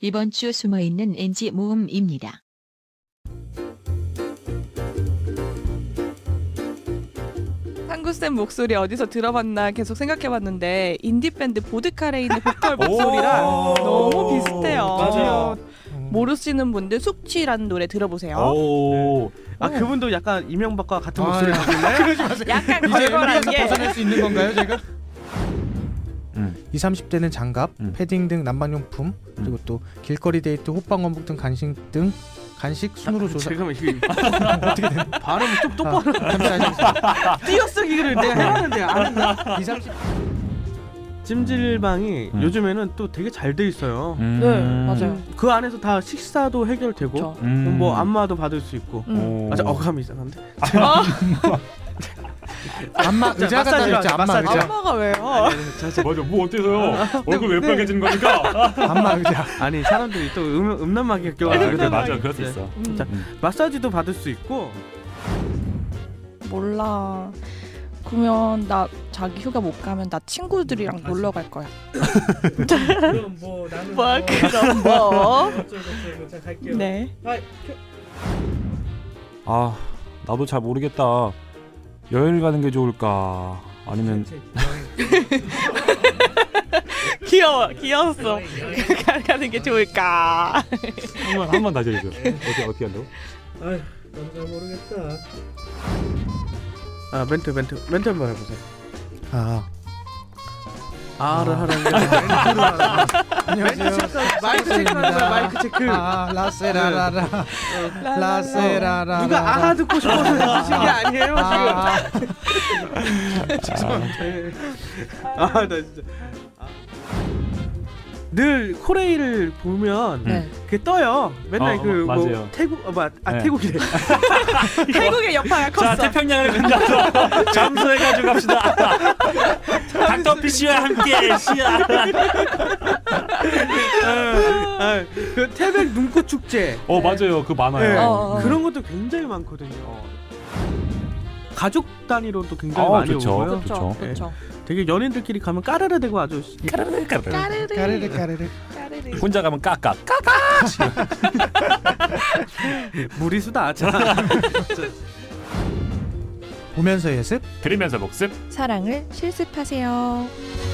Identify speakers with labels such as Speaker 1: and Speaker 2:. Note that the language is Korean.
Speaker 1: 이번 주 숨어있는 NG 모음입니다.
Speaker 2: 상구쌤 목소리 어디서 들어봤나 계속 생각해봤는데 인디밴드 보드카레인의 보컬 목소리랑
Speaker 3: 오.
Speaker 2: 너무 비슷해요.
Speaker 3: 맞아요.
Speaker 4: 음.
Speaker 2: 모르시는 분들 숙취라는 노래 들어보세요.
Speaker 3: 오. 아
Speaker 2: 네.
Speaker 3: 그분도 약간 이명박과 같은
Speaker 4: 아,
Speaker 3: 목소리를
Speaker 4: 네.
Speaker 3: 가지고 있나요?
Speaker 2: 약간
Speaker 4: 이제
Speaker 2: 걸걸한
Speaker 4: MB에서
Speaker 2: 게
Speaker 4: 벗어날 수 있는 건가요, 제가?
Speaker 3: 음.
Speaker 4: 20, 30대는 장갑,
Speaker 3: 음.
Speaker 4: 패딩 등 난방용품, 그리고 또 길거리 데이트, 호빵 원복 등 간식 등 간식 순으로 조사.
Speaker 3: 잠깐만 이거
Speaker 4: 어떻게 아, 되는?
Speaker 3: 아, 발음 좀 똑바로
Speaker 4: 잠시만요.
Speaker 3: 띄어쓰기를 내가 해봤는데 안 했나?
Speaker 4: 20, 30.
Speaker 3: 찜질방이
Speaker 5: 음.
Speaker 3: 요즘에는 또 되게 잘 돼 있어요.
Speaker 5: 음.
Speaker 2: 네, 맞아요.
Speaker 3: 그 안에서 다 식사도 해결되고
Speaker 2: 그쵸.
Speaker 5: 음.
Speaker 3: 뭐 안마도 받을 수 있고.
Speaker 2: 음.
Speaker 5: 오.
Speaker 3: 아, 저 어감이 이상한데.
Speaker 4: 안마 의자가
Speaker 3: 마사지로
Speaker 4: 달렸지. 안마
Speaker 3: 마사지로.
Speaker 4: 의자.
Speaker 2: 엄마가 아, 왜요?
Speaker 3: 자, 자,
Speaker 5: 저 맞아. 네. 뭐 어때서요? 얼굴 왜 빨개지는 거니까?
Speaker 4: 안마 의자.
Speaker 3: 아니 사람들이 또 음, 음란마귀가
Speaker 5: 아,
Speaker 3: 껴가지고.
Speaker 5: 근데 맞아. 그럴 수 있어.
Speaker 2: 음,
Speaker 3: 자,
Speaker 5: 음.
Speaker 3: 마사지도 받을 수 있고.
Speaker 2: 몰라. 그러면 나 자기 휴가 못 가면 나 친구들이랑 놀러 갈 거야.
Speaker 6: 그럼 뭐 나는
Speaker 2: 뭐
Speaker 6: 뭐
Speaker 2: 그럼 뭐?
Speaker 6: 어쩌고 저쩌고 자 갈게요.
Speaker 2: 네.
Speaker 6: 아,
Speaker 5: 아, 나도 잘 모르겠다. 여행을 가는 게 좋을까? 아니면
Speaker 6: 제
Speaker 2: 귀여워, 귀여웠어.
Speaker 6: 네,
Speaker 2: 가는 게 좋을까?
Speaker 5: 한번 한번 다시 해줘. 어떻게 어떻게 한다고?
Speaker 6: 아휴, 난잘 모르겠다.
Speaker 3: 아 멘트 멘트 멘트 한번 해보세요.
Speaker 4: 아.
Speaker 3: 아를
Speaker 4: 아.
Speaker 3: 하라는 게
Speaker 4: 안녕하세요.
Speaker 3: 마이크 체크하는 거야 마이크 체크.
Speaker 4: 아, 라세라라라. 라세라라.
Speaker 3: 누가 아하 듣고 싶어서 해주신 게 아니에요
Speaker 4: 아, 아.
Speaker 3: 지금 아나 진짜 아. 늘 코레이를 보면
Speaker 2: 네.
Speaker 3: 그 떠요 맨날
Speaker 5: 어,
Speaker 3: 그
Speaker 5: 어,
Speaker 3: 뭐
Speaker 5: 맞아요.
Speaker 3: 태국 어, 마, 아
Speaker 5: 네.
Speaker 3: 태국이래
Speaker 2: 태국의 여파가 컸어.
Speaker 5: 태평양을 건너서 잠수해가지고 갑시다. 닥터 피쉬와 함께 시야.
Speaker 3: 아, 아그 태백 눈꽃 축제
Speaker 5: 어 맞아요. 그 많아요.
Speaker 3: 네.
Speaker 2: 어, 어.
Speaker 3: 그런 것도 굉장히 많거든요 가족 단위로도 굉장히
Speaker 5: 어,
Speaker 3: 많이
Speaker 5: 좋죠.
Speaker 3: 오고요
Speaker 2: 그렇죠,
Speaker 5: 그쵸.
Speaker 2: 그렇죠.
Speaker 3: 되게 연인들끼리 가면 까르르 대고 아주
Speaker 5: 까르르 까르르.
Speaker 4: 까르르 까르르.
Speaker 2: 까르르.
Speaker 5: 혼자 가면 까까.
Speaker 3: 무리수다 자
Speaker 4: 보면서 예습.
Speaker 5: 들으면서 복습.
Speaker 1: 사랑을 실습하세요.